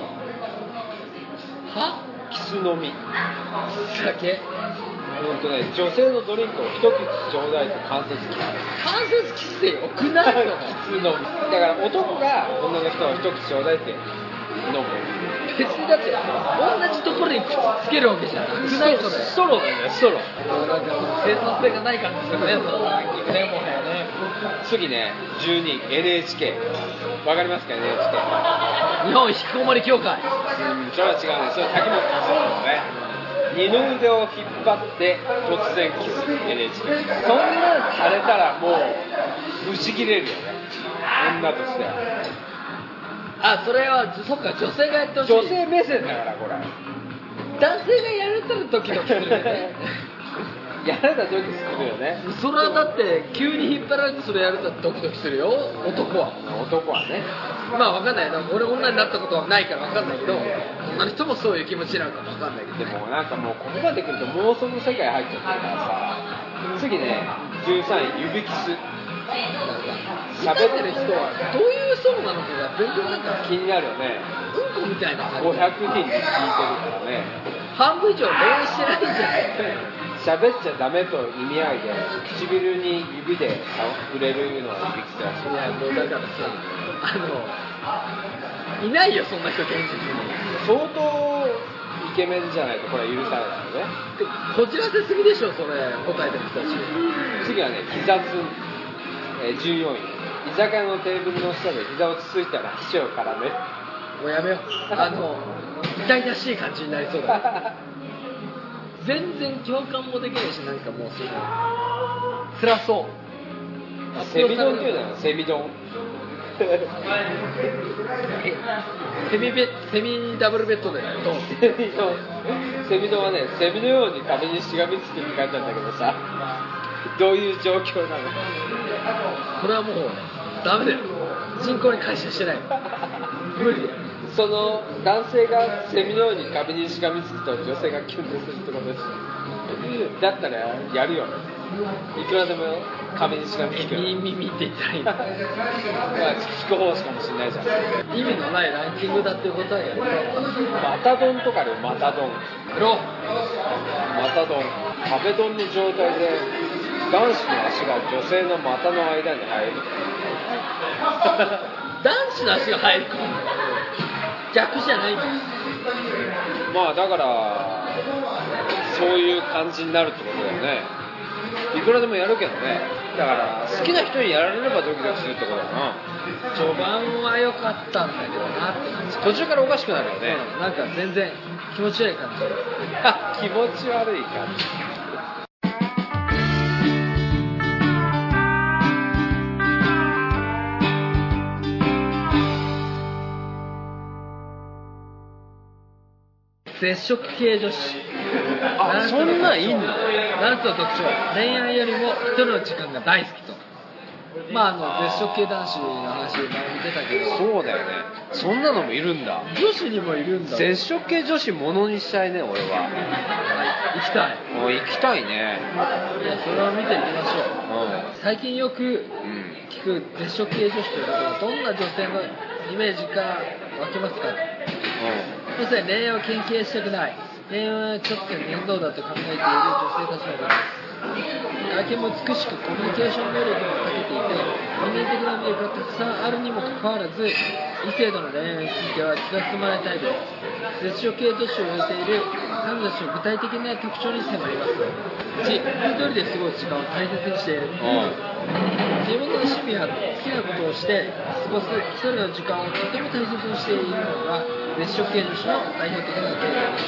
は
キスの実、
酒
ほんとね、女性のドリンクを一口ちょうだいと関節キス、
[laughs] 関節キスでよくないの
キスの実、だから男が女の人を一口ちょうだいって飲む、
別にだって同じところにくっつけるわけじゃなくないそれ
ストローなんだよ、ストロー。
なんか生産性がない感じするねそのねもはやね
次ね、12位、NHK、わかりますか、NHK。
日本引きこもり協会
うんそれは違うね。それは滝本さんのね。二の腕を引っ張って突然キス NHK。そんなんされたらもう、ぶち切れるよね。女としては。
あそれはそっか女性がやってほしい
女性目線だから、これ。
男性がやれたらドキドキするよね
やられたらドキドキするよね。
それはだって急に引っ張られてそれやるとドキドキするよ男は
男はね。
まあわかんないな俺女になったことはないからわかんないけど女の人もそういう気持ちなのかもわかんないけど
でもなんかもうここまで来ると妄想の世界入っちゃってるからさ。次ね、13位、指キス。
喋ってる人はどういう層なのかが全然なんか
気になるよね。
うんこみたいな
500
感
人に聞い
じ
てるからね。
半分以上恋愛してないじゃ
喋っちゃダメと意味合いで唇に指で触れるのは指きさ
んいやもうだからさあのいないよそんな人現実に
相当イケメンじゃないとこれは許さないですよね
でこじらせすぎでしょそれ答えてる人たち
次はね膝つ、えー14位居酒屋のテーブルの下で膝をつついたら秘書からね
もうやめようあの痛々しい感じになりそうだ全然共感もできないしなんかもうその辛そう
[laughs] セミドンっていうのは [laughs] セミドン
セミベセミダブルベッドでどう
セミドン [laughs] セミドンはねセミのように壁にしがみつくって書いてあるんだけどさどういう状況なの [laughs]
これはもうダメだよ人口に回収してない無理だよ
その男性がセミのように壁にしがみつくと女性がキュンとするってことですだったらやるよいくらでも壁にしがみつくよ
耳耳って言ったらいい
まあ聞く方しかもしれないじゃん
の意味のないランキングだってことはやめろ
マタドンとかでマタドンマタドン壁ドンの状態で男子の足が女性の股の間に入る
男子の足が入るか逆じゃないんだよ
まあだからそういう感じになるってことだよねいくらでもやるけどねだから好きな人にやられればドキドキするってことだな
序盤は良かったんだけどなって感じ
途中からおかしくなるよね、
うんなんか全然気持ち悪い感じ
あ [laughs] 気持ち悪い感じ
絶食系女子
[laughs] あそんなんいいんだ
なんとの特徴恋愛よりも一人の時間が大好きとまああの絶食系男子の話前に出たけど
そうだよねそんなのもいるんだ
女子にもいるんだ
絶食系女子ものにしたいね俺は
行きたい
もう行きたいね
いやそれを見ていきましょ
う、
うん最近よく
うん、
聞く絶食系女子ということはどんな女性のイメージか湧きますかそして恋愛を研究したくない恋愛はちょっと面倒だと考えている女性たちのことです外見も美しくコミュニケーション能力も長けていて人間的な魅力がたくさんあるにもかかわらず異性との恋愛については気が進まないタイプです絶食系女子を得ている彼女たちの具体的な特徴に迫ります1一人で過ごす時間を大切にしている
うん
自分の趣味や好きなことをして過ごす一人の時間をとても大切にしているのが熱食系女子の代表的な傾向です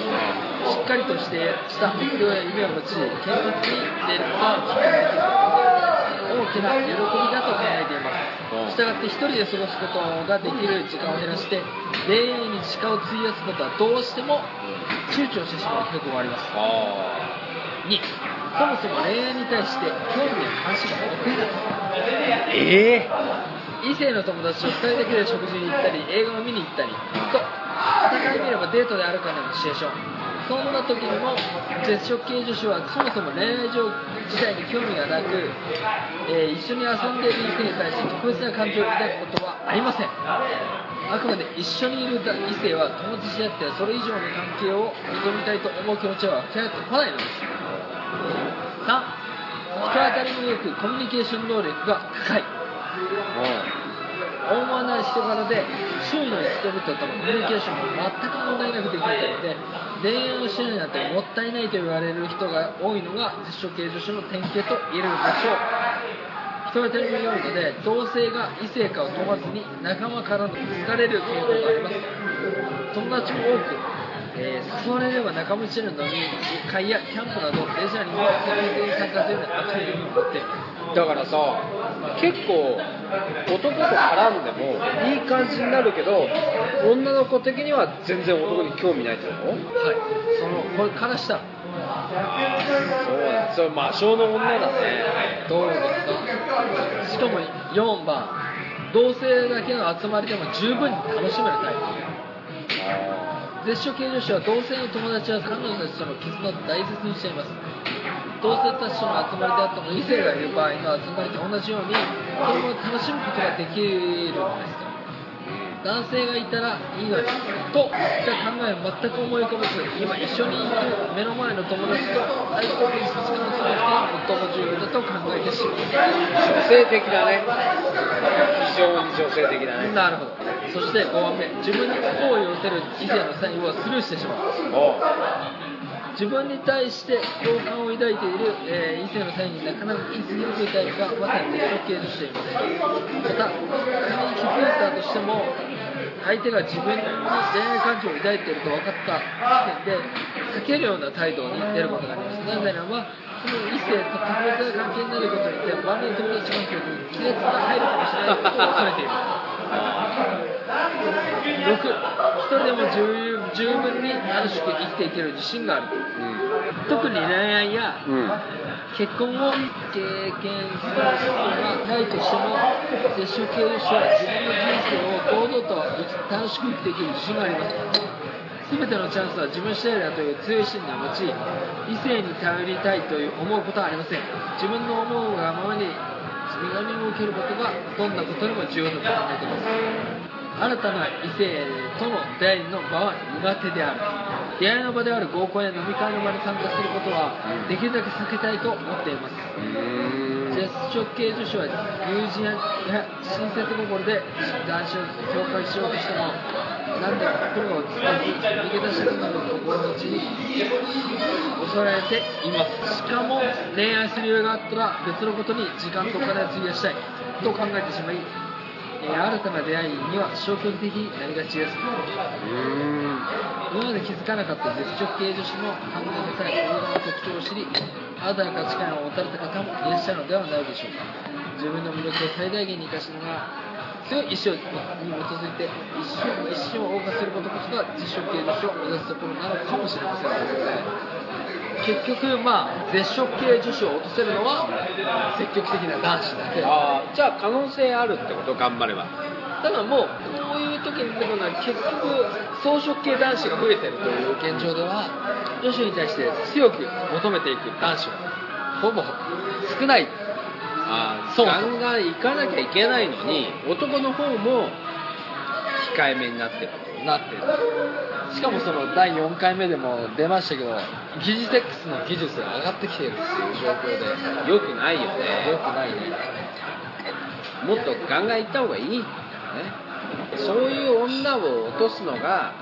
しっかりとしてした目標や夢を持ち堅実に出ることは大きな喜びだと考えていますしたがって一人で過ごすことができる時間を減らして恋愛に時間を費やすことはどうしても躊躇してしまう傾向があります
あ
2そもそも恋愛に対して興味や関心が持てない
あええ
異性の友達と2人だけで食事に行ったり映画を見に行ったりと戦い見ればデートであるかのようなシチュエーションそんな時にも絶食系女子はそもそも恋愛上自体に興味がなく、えー一緒に遊んでいる人に対して特別な感情を抱くことはありませんあくまで一緒にいる異性は友達であってそれ以上の関係を認めたいと思う気持ちは湧き上がってこないのです3人当たりもよくコミュニケーション能力が高い思わない人柄で周囲の人々とのコミュニケーションが全く問題なくできるタイプで恋愛をしないなんてもったいないと言われる人が多いのが実証系女子の典型と言えるでしょう人当たりも良いので同性が異性かを問わずに仲間からの好かれる傾向があります友達も多く、えー誘われれば仲間内での飲み会やキャンプなどレジャーにも積極的に参加するようなアクティブに持っています
だからさ結構男と絡んでもいい感じになるけど女の子的には全然男に興味ないってこと
はいそのこれからしたら
そうだそれ魔性の女だね
どうですかしかも4番同性だけの集まりでも十分に楽しめるタイプ絶唱系女子は同性の友達や彼女たちとの絆を大切にしています同性たちとの集まりであっても異性がいる場合の集まりと同じようにそれも楽しむことができるのですと男性がいたらいいのにといった考えを全く思い浮かべず今一緒にいる目の前の友達と最高に時間を過ごすのが最も重要だと考えてしま
女性的だね非常に女性的だ
う
ね
なるほどそして5番目自分に好意を寄せる以前のサインをスルーしてしまう
おう
自分に対して共感を抱いている、えー異性の際になかなか気づきにくいタイプがまさに絶対系としていますまた仮に気づいたとしても相手が自分に恋愛感情を抱いていると分かった時点で避けるような態度に出ることがありますなぜならばその異性と特別な関係になることによって周りの友達関係に亀裂が入るかもしれないことを恐れています6一人でも十十分に楽しく生きていける自信がある、特に恋愛や
うん
結婚を経験する人がないとしても接触系の人は自分の人生を堂々と生き楽しく生きていける自信があります全てのチャンスは自分次第だという強い信念を持ち異性に頼りたいという思うことはありません自分の思うがままに身軽に受けることがどんなことにも重要だと考えています新たな異性との出会いの場は苦手である出会いの場である合コンや飲み会の場に参加することはできるだけ避けたいと思っています接触系女子は友人や親切心で男子を紹介しようとしても何でも心を伝えず逃げ出したくなる心のちに恐れていますしかも恋愛する余裕があったら別のことに時間とお金を費やしたいと考えてしまいえー新たな出会いには消極的になりがちです今まで気づかなかった絶食系女子の反応の際行動の特徴を知り新たな価値観を持たれた方もいらっしゃるのではないでしょうか自分の魅力を最大限に生かしながら強い意志をに基づいて一生一生を謳歌することこそが絶食系女子を目指すところなのかもしれません結局まあ絶食系女子を落とせるのは積極的な男子だけ
ああじゃあ可能性あるってこと頑張れば
ただもうこういう時に出てくるのは結局草食系男子が増えてるという現状では女子に対して強く求めていく男子がほぼ少ない
ああ
そう
ガンガン行かなきゃいけないのに男の方も控えめになってる
なってるしかもその第4回目でも出ましたけど疑似セックスの技術が上がってきてるっていう状況で
よくないよ
良
ね
くないね
もっとガンガン行った方がいいんだよねそういう女を落とすのが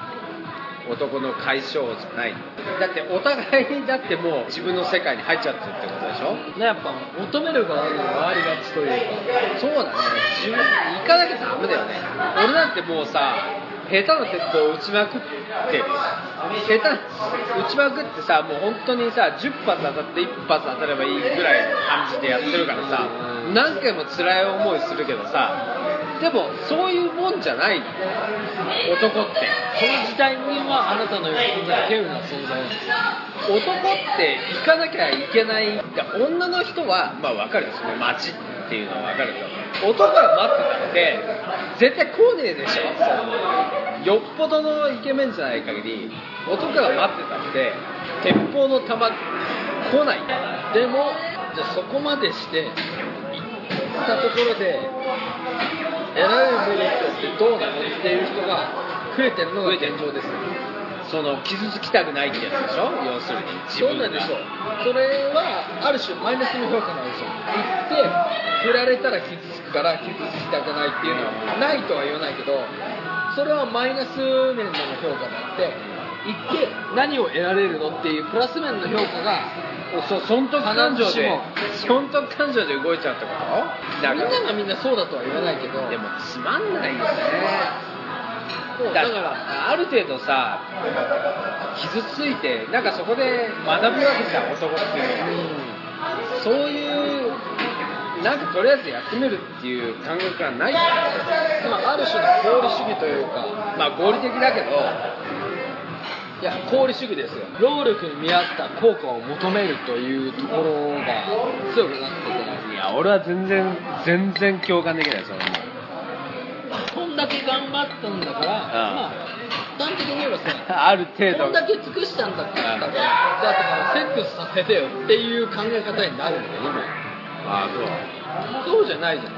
男の解消じゃないだってお互いにだってもう自分の世界に入っちゃってるってことでしょ
ねやっぱ求める側に回りがちというか
そうだね自分行かなきゃダメだよね俺なんてもうさ下手な鉄砲を撃ちまくってる下手な撃ちまくってさもう本当にさ10発当たって1発当たればいいぐらいの感じでやってるからさ何回も辛い思いするけどさでもそういうもんじゃない男ってこの時代にはあなたのような稀有な存在なんです男って行かなきゃいけないいや女の人はまあ分かるよその街っていうのは分かるけど男が待ってたって絶対来ねえでしょそのよっぽどのイケメンじゃない限り男が待ってたって鉄砲の弾来ないでもじゃあそこまでして行ったところで偉いものとしてどうなのっていう人が増えてるのが現状ですその傷つきたくないってやつでしょ要するに自
そう
分
な
が
んでしょうそれはある種マイナスの評価なんでしょう行って振られたら傷つくから傷つきたくないっていうのはないとは言わないけどそれはマイナス面での評価だって行って何を得られるのっていうプラス面の評価が
そう損得感情で
必
損得感情で動いちゃうってことだ
みんながみんなそうだとは言わないけど
でもつまんないよね
そう
だ
だ
か
から
らある程度さ傷ついてなんかそこで学ぶわけじゃん男っていうのはそういうなんかとりあえずやってみるっていう感覚がない
まあある種の合理主義というか
まあ合理的だけど
いや功利主義ですよ労力に見合った効果を求めるというところが強くなっていけない
いや俺は全然全然共感できないそれ
[laughs]
も
こんだけ頑張ったんだから、まあ、端的に言えばさ、
ある程
こ
度
んだけ尽くしたんだから、だからセックスさせてよっていう考え方になるんだよ、今。
ああ
そうじゃないじゃん。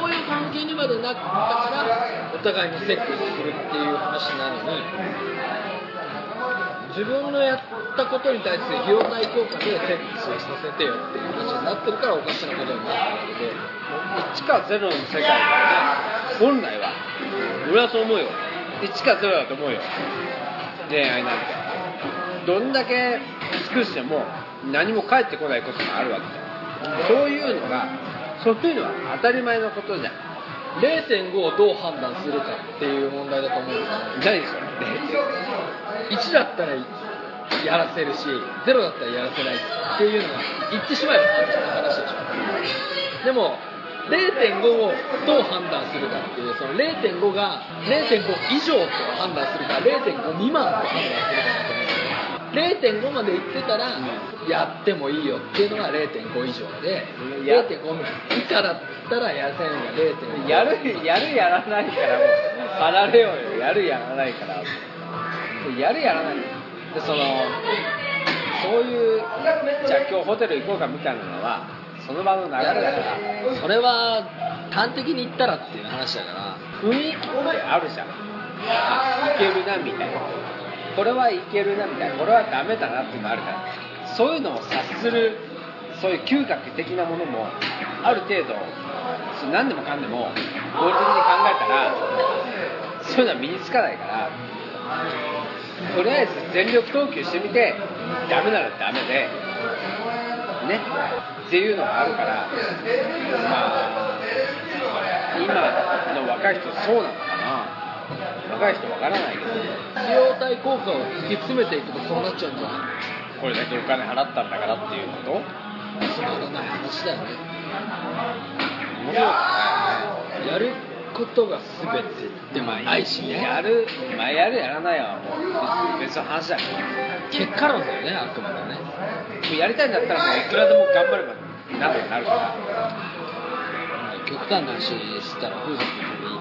こういう関係にまでなったから、お互いにセックスするっていう話なのに、自分のやったことに対する費用対効果でセックスをさせてよっていう話になってるから、おかしなことになってるわけで。
1か0の世界だよね本来は俺はそう思うよ1か0だと思うよ恋愛なんてどんだけ尽くしても何も返ってこないことがあるわけじゃんそういうのがそういうのは当たり前のことじゃん
0.5をどう判断するかっていう問題だと思うんですよね
何それ
1だったらやらせるし0だったらやらせないっていうのは言ってしまえば簡単な話でしょでも0.5をどう判断するかっていうその0.5が0.5以上と判断するか0.5未満と判断するかだと思うんですよ0.5まで行ってたらやってもいいよっていうのが0.5以上で
いや
0.5以下だったらやらせないのが0.5
やるやるやらないからもう離れようよやるやらないからやるやらないでそのそういうじゃあ今日ホテル行こうかみたいなのはその場の流れだから
それは端的に言ったらっていう話だから
雰囲気ってあるじゃんあいけるなみたいなこれはいけるなみたいなこれはダメだなっていうのあるからそういうのを察するそういう嗅覚的なものもある程度そう何でもかんでも合理的に考えたらそういうのは身につかないからとりあえず全力投球してみてダメならダメでねっていうのがあるからまあ今の若い人そうなのかな若い人わからないけど
費用対効果を突き詰めていくとそうなっちゃうんじゃない
これだけお金払ったんだからっていうこと
つまらない話だよね
面白
やることが全てでもないし
いねや
ね
る、まあ、やるやらないはもう別の話だけど
結果論だよねあくまでね
もうやりたいんだったらもういくらでも頑張ればなんとかなるから
極端な話したら風俗に行って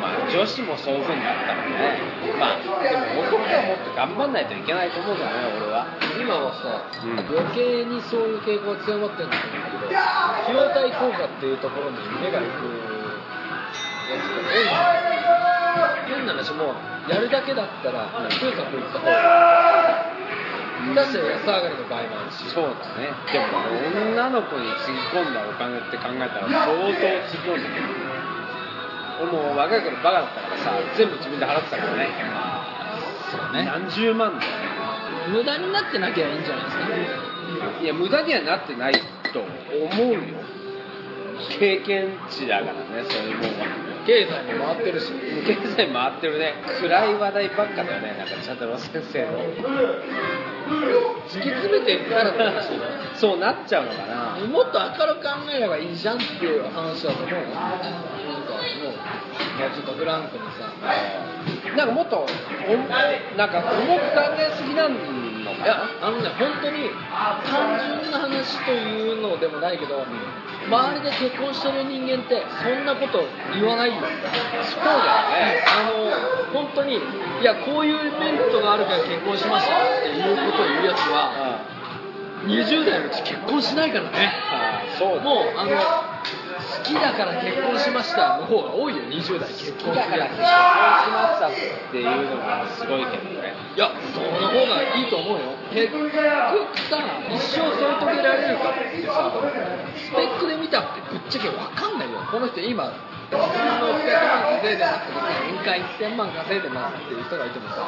まあ女子もそういうふうになったのねまあでも男はもっと頑張んないといけないと思うからね俺は
今はさ、
うん
余計にそういう傾向が強まってるんだと思うけど費用対効果っていうところに目がいくやつが多いんだよ変な話もうやるだけだったらとにかく行った方がいいだし安上がりの場合もあるし
そうだねでも女の子につぎ込んだお金って考えたら相当つぎ込んでる俺もう若い頃バカだったからさ全部自分で払ってたからね
そう
何十万だよ
無駄になってなきゃいいんじゃないですか
いや無駄にはなってないと思うよ経験値だからねそういうもんは
経済も回ってるし
経済回ってるね暗い話題ばっかだよねなんかちゃんと郎先生
[laughs]
の
突き詰めていったら楽しいな
そうなっちゃうのかな
もっと明るく考えればいいじゃんっていう話だと思うよなんかもうもうちょっとフランクにさ
なんかもっとおなんか重く考えすぎなの
い
か
や
な
あのね本当に単純な話というのでもないけど周りで結婚してる人間ってそんなこと言わないよ
そうだよね
あの本当にいやこういうイベントがあるから結婚しましたっていうことを言うやつは
あ
20代のうち結婚しないからね
あそうだ
もうあの好きだから結婚しましたの方が多いよ20代結婚する
だから
や
結婚しま
つ
したっていうのがすごいけどね
いやその方がいいと思うよ結局さ一生添い遂げられるかってさスペックで見たってぶっちゃけ分かんないよこの人今600万稼いでますとか年間1000万稼いでますっていう人がいてもさ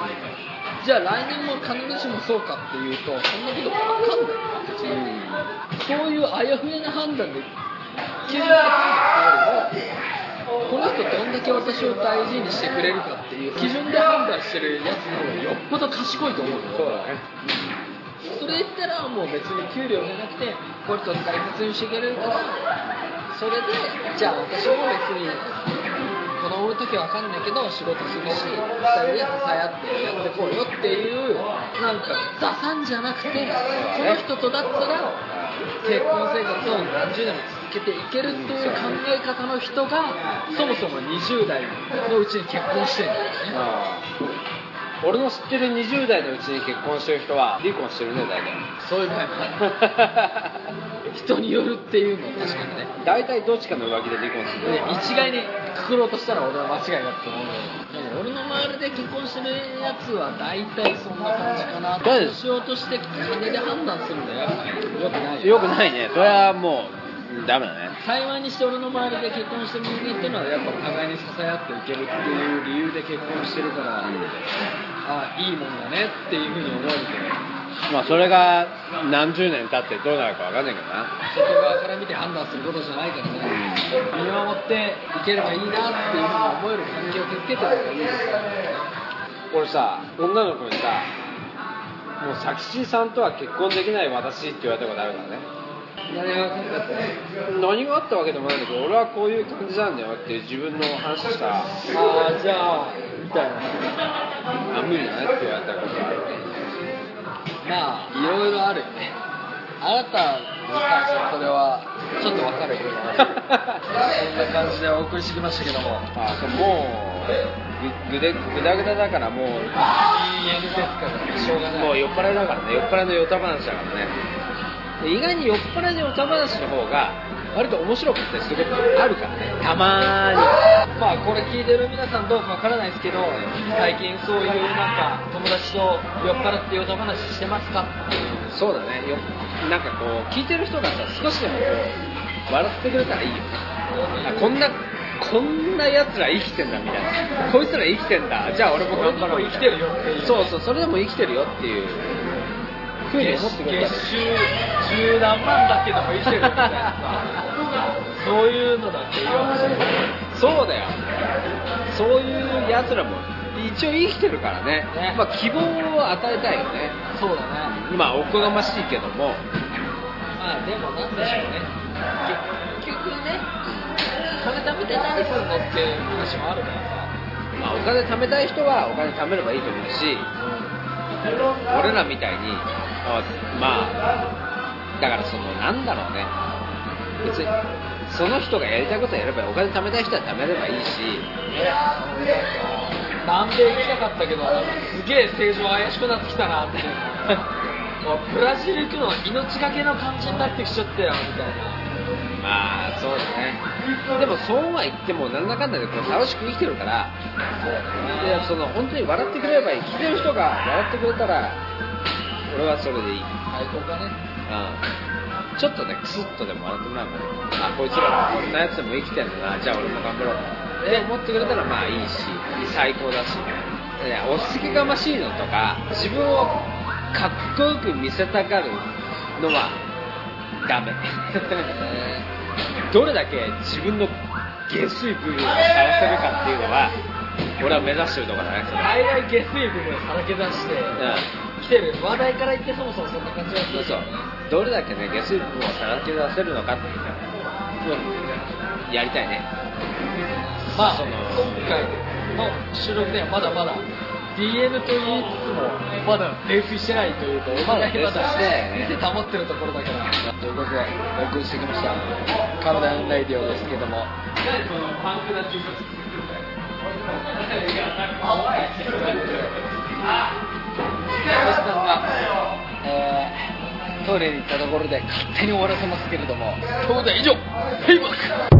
じゃあ来年も必ずしもそうかっていうとそんなこと分かんないよ別にそういうあやふやな判断で決めてくるっていうよりもこの人どんだけ私を大事にしてくれるかっていう基準で判断してるやつの方がよっぽど賢いと思うよ
そうだね
それ言ったらもう別に給料じゃなくてこれと大切にしていけるからそれでじゃあ私も別に子供の時は分かんないけど仕事するし2人で支え合ってやってこうよっていうなんか打算じゃなくてこの人とだったら結婚生活を何十年も続けていけるっていう考え方の人がそもそも20代のうちに結婚してるんだよね
ああ俺の知ってる20代のうちに結婚してる人は離婚してるね大
そういう場合もある
体
人によるっていうのは確かにね
[laughs] 大体どっちかの浮気で離婚する
ね
ね
一概にくくろうとしたら俺は間違いだと思うよ俺の周りで結婚してるやつは大体そんな感じかな
誰
年を落として金で判断するのやっぱりよくない
よくないねそれはもうダメだね
幸いにして俺の周りで結婚してる人間っていうのはやっぱ互いに支え合っていけるっていう理由で結婚してるから、ああいいもんだねっていうふうに思えるけど
まあそれが何十年経ってどうなるかわかんないけどな
外側から見て判断することじゃないからね見守っていければいいなっていうふうに思える環境を築けてるからいいですよね
俺さ女の子にさ「もう作詞さんとは結婚できない私」って言われたことあるからね
何が分かった
何があったわけでもないんだけど俺はこういう感じなんだよっていう自分の話したら
ああじゃあみたいな
あ無理だねって言われたことがある
まあいろいろあるよねあなたに関してはそれはちょっと分か [laughs] るけどそんな感じでお送りしてきましたけども
あそうもうぐぐでぐだぐだだからもう
いい演説からしょうがない
もう酔っ払いだからね酔っ払いのヨタ話だからねで意外に酔っ払いのヨタ話の方が割と面白かったりすることもあるからねたまーに
まあこれ聞いてる皆さんどうかわからないですけど最近そういうなんか友達と酔っ払ってヨタ話してますか
そうだねよなんかこう聞いてる人がさ少しでもこう笑ってくれたらいいよねあこんなこんなやつら生きてんだみたいなこいつら生きてんだじゃあ俺も頑張ろうみたいな
こいつも生きてるよっていう
そうそうそれでも生きてるよっていうふうに思ってくれたら
月収十何万だけども生きてるみたいなそういうのだって言わな
そうだよそういうやつらも一応生きてるからね
ね
まあ、希望を与えたいよね
[laughs] そうだね
まあおこがましいけども
まあでもなんでしょうね結局ね金貯めて何するのっていう話もあるからさ
まあ、お金貯めたい人はお金貯めればいいと思うし、俺らみたいにあまあだからそのなんだろうね別にその人がやりたいことやればお金貯めたい人は貯めればいいし
南米行きたかったけどなんかすげえ政治は怪しくなってきたなって [laughs] もうブラジル行くのは命がけの感じになってきちゃったよみたいな
まあそうだねでもそうは言ってもなんだかんだでこう楽しく生きてるからでその本当に笑ってくれればいい聞いてる人が笑ってくれたら俺はそれでいい
最高かね
うんちょっとね、クスッとでも笑ってもらうもんあ、こいつらこんなやつでも生きてんだな、じゃあ俺も頑張ろう。で、思ってくれたらまあいいし、最高だし。いや、押しつけがましいのとか、自分をかっこよく見せたがるの [laughs] は、ダメ。どれだけ自分の下水部位をさらせるかっていうのは俺は目指してるとこだねそれ
大概下水部分さらけ出して来てる話題から言ってそもそもそんな感じだった
うんそうそうどれだけね下水部をさらけ出せるのかうんやりたいね
まあ
その
今回の収録ではまだまだ DM と言いつつもまだレフィしてないというかお互いまだ見て保ってるところだからということでお送りしてきました「カムダウンライディオ」ですけども吉さんが、えートイレに行ったところで勝手に終わらせますけれども今日で以上フェイバック